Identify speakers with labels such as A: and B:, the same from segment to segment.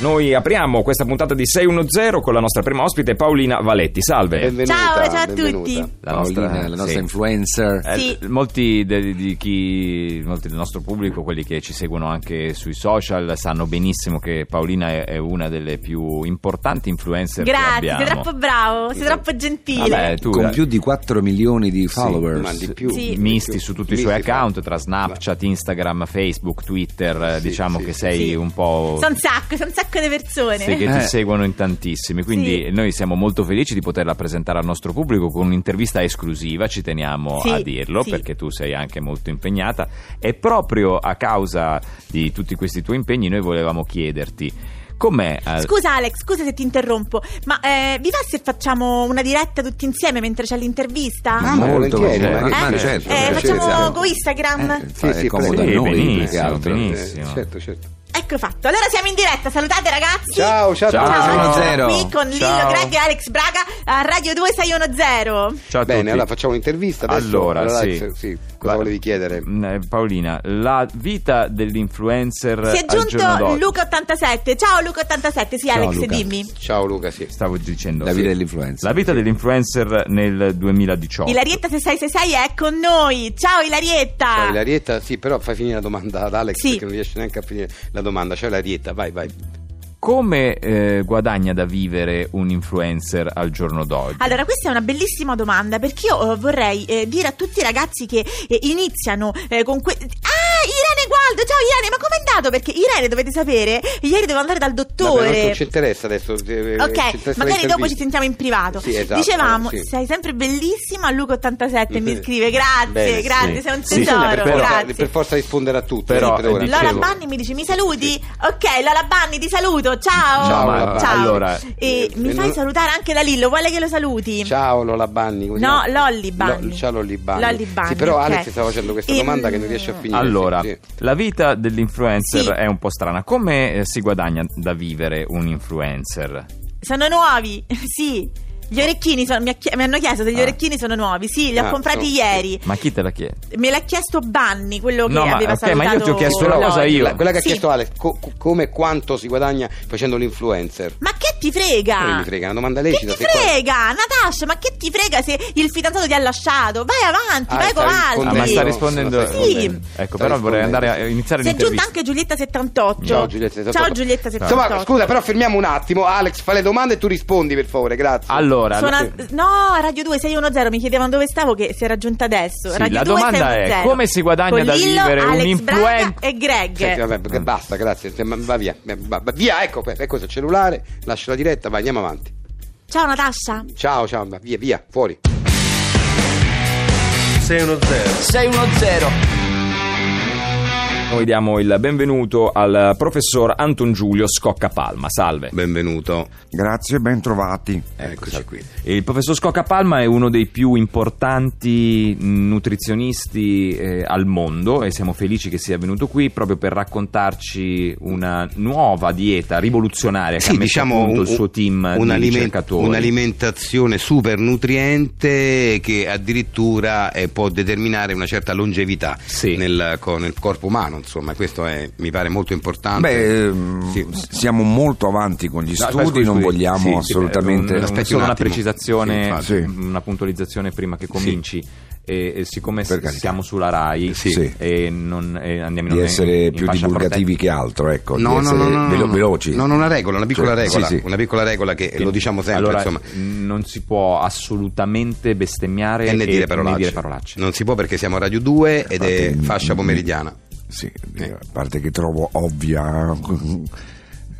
A: Noi apriamo questa puntata di 610 con la nostra prima ospite Paolina Valetti. Salve.
B: Benvenuta,
C: Ciao, ciao a
B: benvenuta.
C: tutti.
D: La
A: Paolina,
D: nostra, la nostra
A: sì.
D: influencer.
A: Eh,
C: Sì.
D: molti, de- di chi, molti del nostro pubblico, quelli che ci seguono anche sui social, sanno benissimo che Paolina è, è una delle più importanti influencer che
C: Grazie, sei
D: abbiamo.
C: troppo bravo, sei troppo gentile.
D: Vabbè, tu
A: Con
D: eh,
A: dai.
D: più
A: più
D: di 4 milioni di followers.
B: ma di più,
C: Sì.
D: Misti su tutti i suoi
B: Misti fa-
D: account tra cioè, Snapchat, Instagram, Facebook, Twitter, eh,
B: Sì,
D: diciamo
B: sì,
D: che
B: sì.
D: sei
C: Sì.
D: un po'.
C: Sono un sacco, sono un sacco di persone.
D: oh. Sì, che ti
A: Eh.
D: seguono in tantissimi, quindi
C: Sì.
D: noi siamo molto felici di poterla presentare al nostro pubblico con un'intervista esclusiva, ci teniamo
C: Sì,
D: a dirlo
C: sì.
D: perché tu sei anche molto impegnata e proprio a causa di tutti questi tuoi impegni noi volevamo chiederti com'è... eh,
C: Scusa Alex, scusa se ti interrompo, ma eh, vi va se facciamo una diretta tutti insieme mentre c'è l'intervista?
B: Ah, ma
D: Molto
B: volentieri,
D: bene.
B: ma che-
D: Eh?
B: ma
D: Eh,
B: certo,
C: eh,
B: piacere,
C: facciamo
B: siamo-
C: con Instagram?
D: Eh,
B: Sì,
D: fa-
B: sì,
D: è comodo a
B: sì,
D: noi più che
B: benissimo,
D: altro.
B: Eh,
D: Benissimo.
B: certo, certo.
C: Ecco fatto, allora siamo in diretta, salutate ragazzi.
B: Ciao, ciao, a
D: Ciao,
B: tutti.
C: Ciao,
D: sono
C: sono
D: Zero.
C: qui con Lillo,
D: Ciao.
C: Greg e Alex Braga a Radio 2610.
D: Ciao a
B: Bene,
D: tutti.
B: allora facciamo un'intervista adesso.
D: Allora, sì.
B: se- sì, cosa
D: Va-
B: volevi chiedere?
D: Mm, eh, Paolina, la vita dell'influencer
C: Si è
D: al giorno
C: aggiunto
D: d'oggi.
C: Luca87, ciao Luca87, sì
D: Ciao,
C: Alex,
D: Luca.
C: dimmi.
B: Ciao Luca, sì.
D: Stavo dicendo
A: La vita
D: dell'influencer. La vita dell'influencer nel 2018.
C: Ilarietta 6666 è con noi. Ciao Ilarietta.
B: Ciao Ilarietta, sì, però fai finire la domanda ad Alex
C: Ah. Sì.
B: perché non riesce neanche a finire la domanda. Ciao Ilarietta, vai, vai.
D: Come eh, guadagna da vivere un influencer al giorno d'oggi?
C: Allora, questa è una bellissima domanda perché io eh, vorrei eh, dire a tutti i ragazzi che eh, iniziano eh, con que- Ah, Irene Gualdo, ciao Irene, ma com'è andato? Perché Irene, dovete sapere, ieri devo andare dal
B: Vabbè, non-
C: dottore.
B: non ci interessa adesso. eh, ci
C: Ok,
B: interessa
C: magari dopo ci
B: l'intervista.
C: sentiamo in privato.
B: Sì, esatto,
C: Dicevamo,
B: sì. Mm-hmm.
C: sei sempre bellissima, Luca87 mi scrive, grazie,
B: Bene,
C: grazie,
D: sì.
C: sei un
D: Sì, sì,
C: tesoro,
B: per, forza,
C: grazie.
B: per forza rispondere a tutti.
D: Però,
B: sì, per ora.
D: eh,
C: Lola
D: dicevo-
C: Banni mi dice mi saluti? Ok, Lola Banni ti saluto, ciao.
D: Ciao,
B: Lola Banni.
D: Allora-
C: e
B: Eh,
C: mi
B: eh,
C: fai
B: non-
C: salutare anche la Lillo, vuole che lo saluti?
B: Ciao Lola Banni. così-
C: No, Lolli Banni.
B: Lo- ciao Lolli Banni.
C: Lolli Banni,
B: Sì, però
C: ok.
B: Alex stava facendo questa
C: Ehm,
B: domanda che non riesce a finire.
D: Allora,
B: sì, sì.
D: la vita dell'influencer
C: Sì.
D: è un po' strana. Come eh, si guadagna da vivere un influencer?
C: Sono nuovi, sì. Gli orecchini sono- mi, ha chie- mi hanno chiesto se gli
D: Ah.
C: orecchini sono nuovi. Sì, li ho
B: Ah,
C: comprati
B: no.
C: ieri.
D: Ma chi te la chiede?
C: Me l'ha chiesto Banni, quello che
D: No, ma-
C: aveva
D: ok, ma io
C: salutato
D: ti ho chiesto una
C: Lolli.
D: cosa io.
B: La- quella che
C: Sì.
B: ha chiesto Alex, co- co- come e quanto si guadagna facendo l'influencer?
C: Ma che ti frega?
B: Non mi frega, una domanda
C: Ah. Che
B: lecita.
C: ti
B: se qua-
C: frega, Natasha? Ma che ti frega se il fidanzato ti ha lasciato? Vai avanti,
B: Ah,
C: vai
B: stai
C: con altri.
D: Ah, ma sta
B: Io-
D: rispondendo.
B: Sì.
D: rispondendo. Ecco,
B: Sta
D: però vorrei
B: rispondendo,
D: andare a
B: sì.
D: iniziare
C: Si è aggiunta
D: l'intervista.
C: anche Giulietta 78.
B: Ciao Giulietta, sei
C: Ciao
B: stato-
C: Giulietta
B: Insomma,
C: 78.
B: scusa, però fermiamo un attimo. Alex, fa le domande e tu rispondi, per favore, grazie.
D: Allora,
C: Suona- No, Radio 2610 mi chiedevano dove stavo che si era raggiunta adesso.
D: Sì,
C: Radio
D: la
C: 2
D: domanda è,
C: 610.
D: come si guadagna
C: Con
D: da
C: Lillo,
D: vivere un
C: Alex
D: influen-
C: Braga e Greg.
B: Senti, vabbè, perché basta, grazie. se- ma- Va via, eh, va, va via, ecco, eh, ecco il cellulare, lascia la diretta, vai, andiamo avanti.
C: Ciao Natascia.
B: Ciao, ciao, va, via, via, fuori.
E: 610
A: Noi diamo il benvenuto al professor Anton Giulio Scocca Palma. Salve.
B: Benvenuto.
F: Grazie, ben trovati.
B: Eccoci qui.
D: Il professor Scocca Palma è uno dei più importanti nutrizionisti eh, al mondo e siamo felici che sia venuto qui proprio per raccontarci una nuova dieta rivoluzionaria che ha
B: Sì,
D: messo a
B: diciamo
D: punto
B: un,
D: il suo team
B: un
D: di
B: aliment-
D: ricercatori.
B: un'alimentazione super nutriente che addirittura eh, può determinare una certa longevità
D: Sì.
B: nel, co- nel corpo umano, insomma, questo è- mi pare molto importante.
F: Beh, ehm,
B: Sì.
F: siamo molto avanti con gli
D: No,
F: studi,
D: scusi,
F: non
D: scusi.
F: vogliamo
D: Sì, sì,
F: assolutamente...
D: un- un-
B: Aspetti
D: solo
B: un
D: una
B: attimo. Sì,
D: precisazione,
B: infatti.
F: Sì.
D: una puntualizzazione prima che cominci. E, e siccome
F: Per
D: s-
F: carità.
D: siamo sulla RAI
F: Sì. Sì.
D: e, non, e andiamo in onda
F: di
D: in-
F: essere
D: in
F: più
D: fascia
F: divulgativi che altro, ecco, di essere velo- veloci.
B: No, no, una regola, una piccola
F: Cioè,
B: regola,
F: sì, sì.
B: una piccola regola che eh, lo diciamo sempre,
D: allora,
B: insomma.
D: non si può assolutamente bestemmiare
B: E ne dire,
D: né
B: parolacce.
D: eh, dire parolacce.
B: Non si può perché siamo a Radio 2 ed è
F: Infatti,
B: fascia
F: mm,
B: pomeridiana.
F: Sì, a parte che trovo ovvia...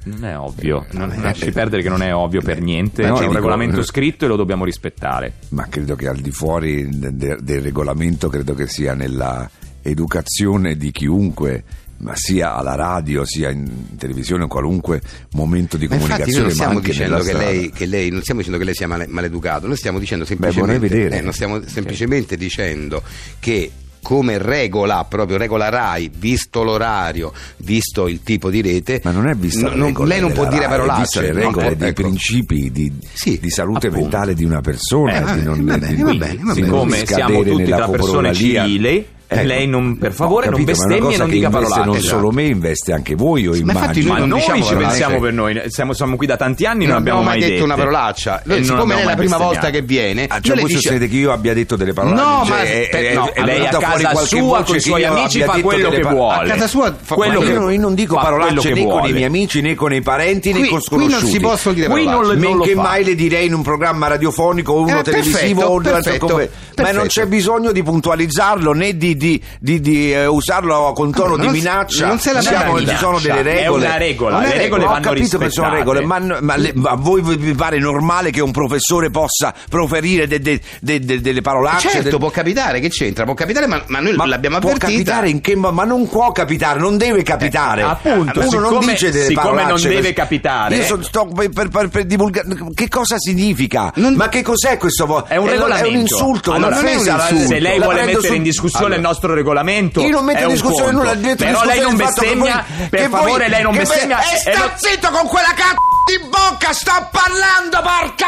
D: Non è ovvio,
F: Eh,
D: non
F: eh,
D: lasci
F: eh,
D: perdere che non è ovvio per
F: eh,
D: niente,
F: ma
D: no,
F: ti
D: è un
F: dico-
B: eh.
D: regolamento scritto e lo dobbiamo rispettare.
F: Ma credo che al di fuori de- de- del regolamento, credo che sia nella educazione di chiunque, ma sia alla radio, sia in televisione, in qualunque momento di
B: Ma infatti noi
F: comunicazione,
B: non
F: ma
B: stiamo
F: anche
B: dicendo
F: nella
B: che
F: strada.
B: lei, che lei- non stiamo dicendo che lei sia male- maleducato, noi stiamo dicendo
F: vorrei
B: semplicemente,
F: vedere.
B: eh, non stiamo semplicemente dicendo che come regola, proprio regola RAI, visto l'orario, visto il tipo di rete,
F: Ma non è vista
B: no-
F: le
B: non-
F: regole
B: lei non può
F: della
B: dire
F: RAI, è vista
B: parolacce,
F: le
B: no?
F: regole
B: Eh,
F: dei
B: ecco.
F: principi di,
B: Sì,
F: di salute
D: appunto.
F: mentale di una persona,
D: Eh,
F: di
B: vabbè,
F: non,
B: va bene,
F: di-
B: va
F: di-
B: bene, va
F: di
B: bene.
F: non
D: Siccome siamo
F: scadere
D: tutti
F: nella
D: tra persone
F: coprolalia.
D: civili, E
B: Ecco.
D: lei non, per favore,
F: Ho
D: non
F: capito, ma è una
D: bestemmi e
F: cosa
D: non
F: che
D: dica
F: investe
D: parolacce.
F: non
B: Esatto.
F: solo me, investe anche voi, io
B: Sì, ma infatti
F: immagino.
B: noi
D: Ma
B: non
D: noi
B: diciamo
D: ci
B: parolacce.
D: pensiamo per noi, siamo, siamo qui da tanti anni non, abbiamo
B: mai detto
D: dette.
B: una parolaccia. Noi,
D: E non
B: siccome lei è
D: abbiamo
B: la
D: mai
B: prima volta
D: bestemmiato.
B: che viene,
F: Ah,
B: noi
F: cioè
B: le
F: voi
B: dice-
F: sostenete che io abbia detto delle parole
B: No, ma-
D: Eh, no, lei a casa sua con i suoi amici fa quello che vuole.
B: A casa sua fa-
D: quello
B: ma
D: che,
F: io non- io non dico
D: fa quello
F: parolacce
D: che
F: né con i
D: vuole.
F: miei amici né con i parenti né
B: Qui-
F: con
B: qui non
F: sconosciuti.
B: si possono dire
F: Qui
B: parolacce.
F: non le-
D: Non
F: men
D: lo
F: che
D: fa.
F: mai le direi in un programma radiofonico o uno
B: Eh,
F: televisivo
B: perfetto,
F: o durante
B: perfetto,
F: un confer- Ma non
B: perfetto.
F: c'è bisogno di puntualizzarlo né di, di- di- di, eh, usarlo con tono
B: Vabbè,
F: di
B: non-
F: minaccia.
B: non se la
F: Siamo-
B: prende
F: ci sono
D: minaccia.
F: delle
D: È
F: regole.
D: una regola,
F: Ma
D: le
F: non è-
D: regole
F: ho
D: vanno
F: capito che sono
D: rispettate.
F: regole, ma, n- ma le- ma a voi vi vi pare normale che un professore possa proferire de- de- de- de- delle parolacce?
B: Certo,
F: de-
B: può capitare, che c'entra? Può capitare, ma, ma noi l'abbiamo
F: può
B: avvertita.
F: capitare in che mo- ma non può capitare, non deve capitare.
D: Eh, appunto,
F: uno non
D: siccome-
F: dice delle
D: siccome
F: parolacce
D: non deve
F: per-
D: capitare-
F: Io so- sto per, per- per- per divulgare che cosa significa?
B: Non-
F: Ma che cos'è questo? vo- Eh,
D: È un
F: È un
D: regolamento.
F: insulto,
D: Allora,
F: un'offesa, la-
D: Se lei
F: la
D: vuole
F: prendo
D: mettere
F: su-
D: in discussione
F: Allora,
D: il nostro regolamento,
F: Io non metto
D: è
F: in
D: un
F: discussione
D: conto.
F: nulla, metto in
D: Però lei
F: discussione
D: non
F: il fatto che
D: bestemmia,
F: voi- che
D: per
F: voi-
D: favore, lei non
F: che voi-
D: bestemmia.
F: Eh,
D: e
F: sta
D: lo-
F: zitto con quella c***o di bocca, sto parlando, porca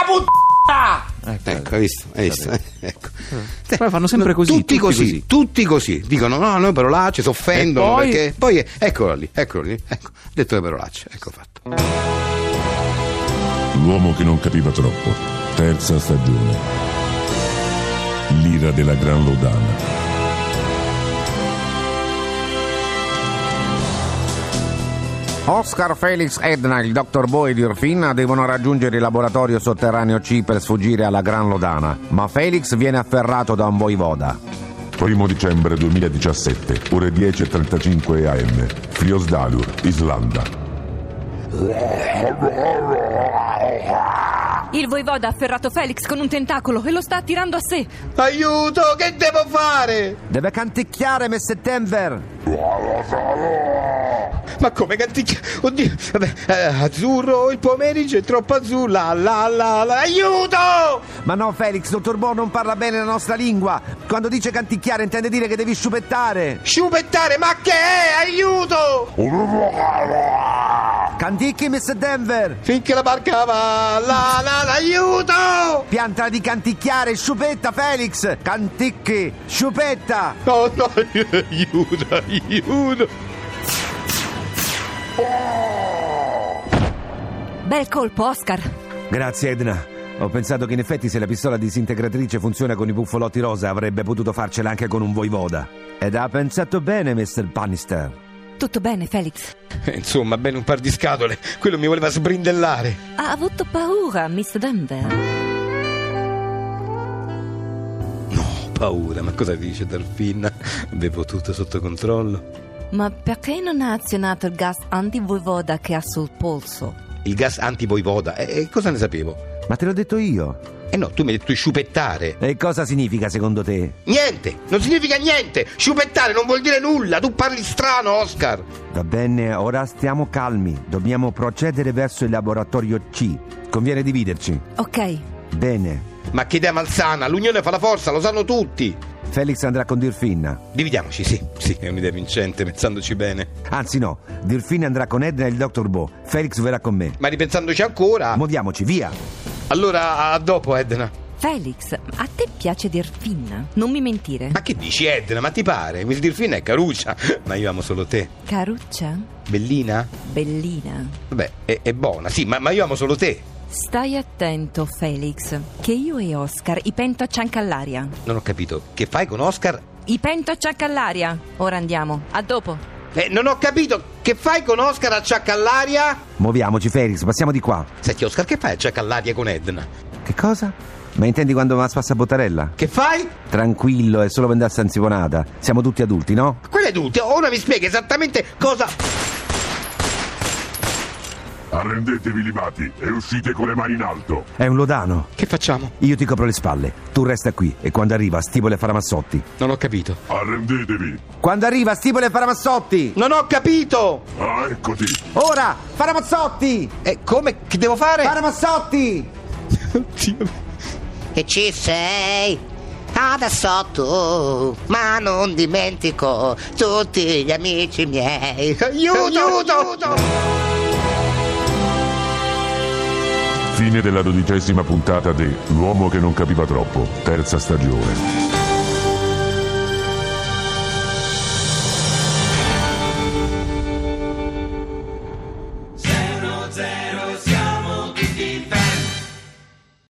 F: puttana!
B: Ecco, hai visto? Hai visto? Ecco. Sì,
D: Eh, Poi fanno sempre così,
B: Tutti,
D: tutti
B: così,
D: così.
B: tutti così. Dicono no, no, parolacce, si offendono.
D: E poi?
B: Perché... poi eccolo lì, eccolo lì. Ecco, ha detto le parolacce, ecco fatto.
E: L'uomo che non capiva troppo. Terza stagione. L'ira della Gran Lodana.
G: Oscar Felix Edna e il dottor Boyd Irfin devono raggiungere il laboratorio sotterraneo C per sfuggire alla Gran Lodana, ma Felix viene afferrato da un voivoda.
E: Primo dicembre 2017, ore 10.35 am. Friosdalur, Islanda.
H: Il voivoda ha afferrato Felix con un tentacolo e lo sta attirando a sé.
B: Aiuto, che devo fare?
G: Deve canticchiare, Miss September!
B: Ma come canticchia? Oddio, vabbè, eh, azzurro, il pomeriggio è troppo azzurro. La la la la, aiuto!
G: Ma no, Felix, dottor Bo non parla bene la nostra lingua. Quando dice canticchiare intende dire che devi sciupettare.
B: Sciupettare, ma che è? Aiuto!
G: Canticchi, Miss Denver!
B: Finché la barca va, la la la, aiuto!
G: Pianta di canticchiare, sciupetta, Felix! Canticchi, sciupetta!
B: No, no, aiuto, aiuto!
H: Bel colpo, Oscar.
G: Grazie Edna. Ho pensato che in effetti se la pistola disintegratrice funziona con i buffolotti rosa avrebbe potuto farcela anche con un voivoda. Ed ha pensato bene, Mr. Bannister.
H: Tutto bene, Felix.
B: Eh, Insomma, bene un par di scatole, quello mi voleva sbrindellare.
H: Ha avuto paura, Miss Denver.
B: Ho paura, ma cosa dice Delfin? Avevo tutto sotto controllo.
H: Ma perché non ha azionato il gas antivoivoda che ha sul polso?
B: Il gas antivoivoda, e cosa ne sapevo?
G: Ma te l'ho detto io.
B: Eh no, tu mi hai detto di sciupettare.
G: E cosa significa secondo te?
B: Niente, non significa niente. Sciupettare non vuol dire nulla. Tu parli strano, Oscar.
G: Va bene, ora stiamo calmi. Dobbiamo procedere verso il laboratorio C. Conviene dividerci.
H: Ok,
G: Bene.
B: Ma che idea malsana, l'unione fa la forza, lo sanno tutti.
G: Felix andrà con Dirfinna.
B: Dividiamoci, sì, sì, è un'idea vincente, pensandoci bene.
G: Anzi no, Dirfinna andrà con Edna e il dottor Bo. Felix verrà con me.
B: Ma ripensandoci ancora.
G: Muoviamoci, via!
B: Allora, a dopo, Edna.
H: Felix, a te piace dir finna. Non mi mentire.
B: Ma che dici, Edna? Ma ti pare? Miss Dirfina è caruccia. Ma io amo solo te.
H: Caruccia,
B: Bellina?
H: bellina.
B: Vabbè, è, è buona, sì, ma, ma io amo solo te.
H: Stai attento, Felix, che io e Oscar i pento a ciancall'aria.
B: Non ho capito. Che fai con Oscar?
H: I pento a ciancall'aria. Ora andiamo. A dopo.
B: Eh, non ho capito. Che fai con Oscar a Ciaccall'aria?
G: Muoviamoci, Felix, passiamo di qua.
B: Senti, Oscar, che fai a Ciaccall'aria con Edna?
G: Che cosa? Ma intendi quando va a spassa Bottarella?
B: Che fai?
G: Tranquillo, è solo per andare a Sanzibonata. Siamo tutti adulti, no?
B: Quello è tutto. Ora mi spiega esattamente cosa.
E: Arrendetevi libati e uscite con le mani in alto.
G: È un lodano.
B: Che facciamo?
G: Io ti copro le spalle, tu resta qui e quando arriva stipole Faramassotti.
B: Non ho capito.
E: Arrendetevi.
G: Quando arriva stipole Faramassotti!
B: Non ho capito!
E: Ah, eccoti.
G: Ora! Faramazzotti!
B: E come? Che devo fare?
G: Faramazzotti!
I: che ci sei adesso tu, ma non dimentico tutti gli amici miei.
B: Eh, Aiuto! Aiuto!
E: Fine della dodicesima puntata di L'uomo che non capiva troppo, terza stagione.
J: zero siamo tutti inferi.